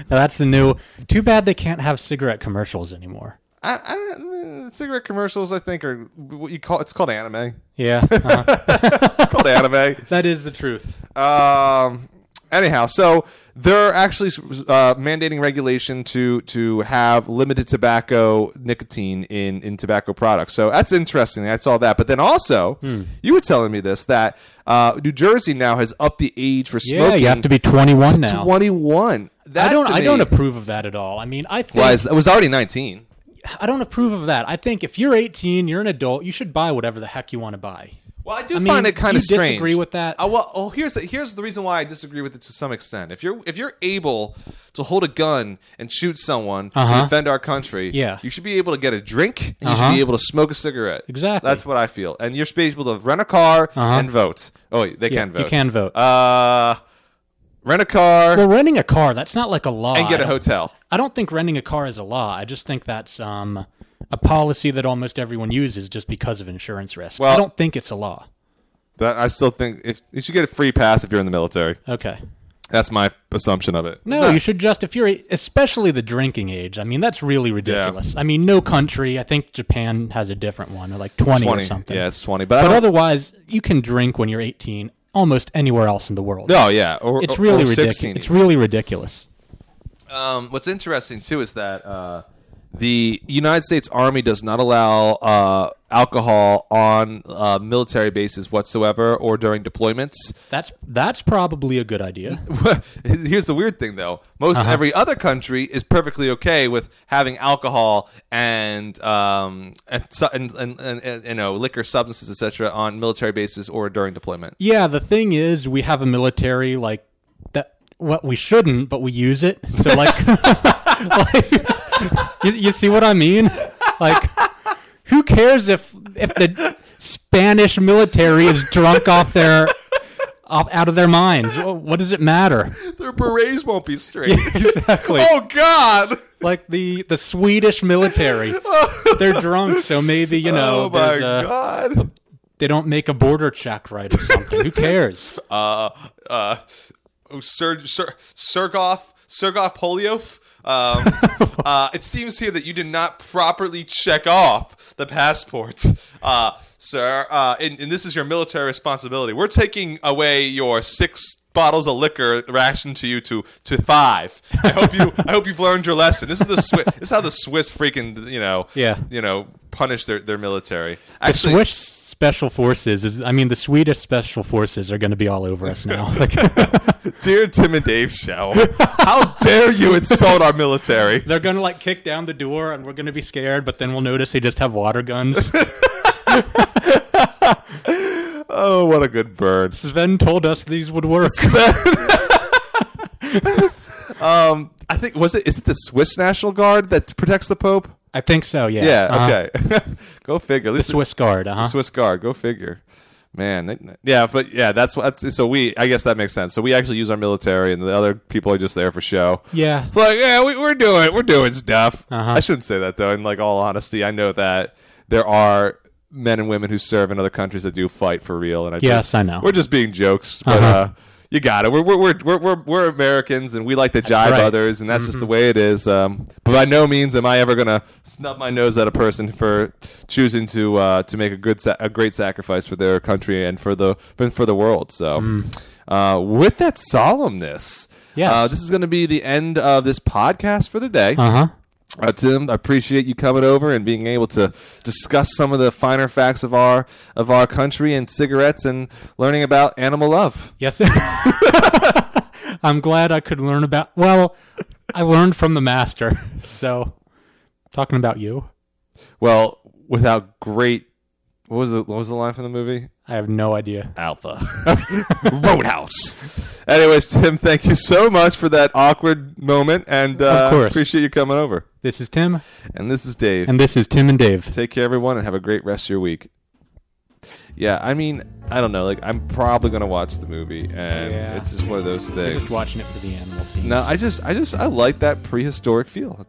Now that's the new. Too bad they can't have cigarette commercials anymore.
I, I, don't- cigarette commercials, I think, are what you call. It's called anime.
Yeah, uh-huh.
It's called anime.
that is the truth.
Um, anyhow, so they're actually uh, mandating regulation to to have limited tobacco nicotine in in tobacco products. So that's interesting. I saw that, but then also
Hmm.
you were telling me this that uh, New Jersey now has upped the age for
Yeah,
smoking.
you have to be 21 now.
twenty one.
I don't. I don't approve of that at all. I mean, I think
Why is that? It was already nineteen.
I don't approve of that. I think if you're 18, you're an adult. You should buy whatever the heck you want to buy.
Well, I do
I
find
mean,
it kind
you
of strange.
disagree with that?
Uh, well, oh, here's the, here's the reason why I disagree with it to some extent. If you're if you're able to hold a gun and shoot someone to
Uh-huh.
defend our country,
Yeah.
you should be able to get a drink and you
Uh-huh.
should be able to smoke a cigarette.
Exactly. Uh-huh.
That's what I feel. And you should be able to rent a car and vote. Oh, wait, they can
you
vote.
can vote.
Uh, rent a car
Well, renting a car, that's not like a law.
and get a
I don't-
hotel.
I don't think renting a car is a law. I just think that's um, a policy that almost everyone uses just because of insurance risk.
Well-
I don't think it's a law.
That I still think if you should get a free pass if you're in the military.
Okay.
That's my assumption of it.
No,
It's not-
you should just if you're especially the drinking age. I mean, that's really ridiculous. I mean, no country. I think Japan has a different one, or like 20, or
twenty.
something.
Yeah, it's twenty. But, I
But
don't,
otherwise, you can drink when you're 18 almost anywhere else in the world.
no, oh, yeah, or,
it's
or-
really
or
ridiculous.
16.
It's really ridiculous.
Um, what's interesting too is that uh, the United States Army does not allow uh, alcohol on uh, military bases whatsoever or during deployments.
That's that's probably a good idea.
Here's the weird thing, though: most every other country is perfectly okay with having alcohol and um, and, su- and, and, and, and you know liquor substances, etc., on military bases or during deployment.
Yeah, the thing is, we have a military like that. What we shouldn't, but we use it. So like, like you, you see what I mean? Like, who cares if if the Spanish military is drunk off their off out of their minds? Wha- What does it matter?
Their berets won't be straight.
Exactly.
oh God!
Like the the Swedish military, they're drunk, so maybe you know
oh my
there's uh, a-
God!
they don't make a border check right or something. who cares?
uh, uh, oh, Serg, Ser, Sergoff, Sergoff Polioff. Um, uh, it seems here that you did not properly check off the passport, uh, sir. Uh, and, and this is your military responsibility. We're taking away your six bottles of liquor rationed to you to to five. I hope you I hope you've learned your lesson. This is the Swi- this is how the Swiss freaking you know
Yeah.
you know punish their, their military.
The Swiss special forces is I mean the Swedish special forces are going to be all over us now. Like,
Dear Tim and Dave show, how dare you insult our military?
they're going to like kick down the door and we're going to be scared, but then we'll notice they just have water guns.
Oh, what a good bird.
Sven told us these would work.
Um, I think was it is it the Swiss National Guard that protects the Pope?
I think so, yeah.
Yeah,
Uh-huh.
okay. go figure. At least
Swiss guard, uh-huh.
the Swiss Guard, go figure. Man, they, yeah, but yeah, that's what that's, so we I guess that makes sense. So we actually use our military and the other people are just there for show.
yeah.
It's like, yeah, we, we're doing we're doing stuff.
Uh-huh.
I shouldn't say that though. In like all honesty, I know that there are men and women who serve in other countries that do fight for real. And I
Yes,
just-
I know.
We're just being jokes, but uh
Uh-huh.
you got it. We're we're, we're we're we're we're Americans and we like to jive
right. Mm-hmm.
others, and that's just the way it is. Um, but by no means am I ever gonna snub my nose at a person for choosing to uh, to make a good sa- a great sacrifice for their country and for the and for the world. So. Uh, with that solemnness,
Mm. Yes.
uh, this is going to be the end of this podcast for the day.
Uh-huh.
Uh, Tim, I appreciate you coming over and being able to discuss some of the finer facts of our of our country and cigarettes and learning about animal love.
Yes. I'm glad I could learn about well, I learned from the master. So talking about you,
Well, without great, what was the what was the line from the movie?
I have no idea.
Alpha Roadhouse. Anyways, Tim, thank you so much for that awkward moment, and uh,
course.
appreciate you coming over.
This is Tim
And this is Dave.
and this is Tim and Dave.
Take care, everyone, and have a great rest of your week. Yeah, I mean, I don't know. Like, I'm probably gonna watch the movie, and
Yeah.
it's just one of those
We're
things.
just watching it for the animal scene.
No, I just, I just, I like that prehistoric feel.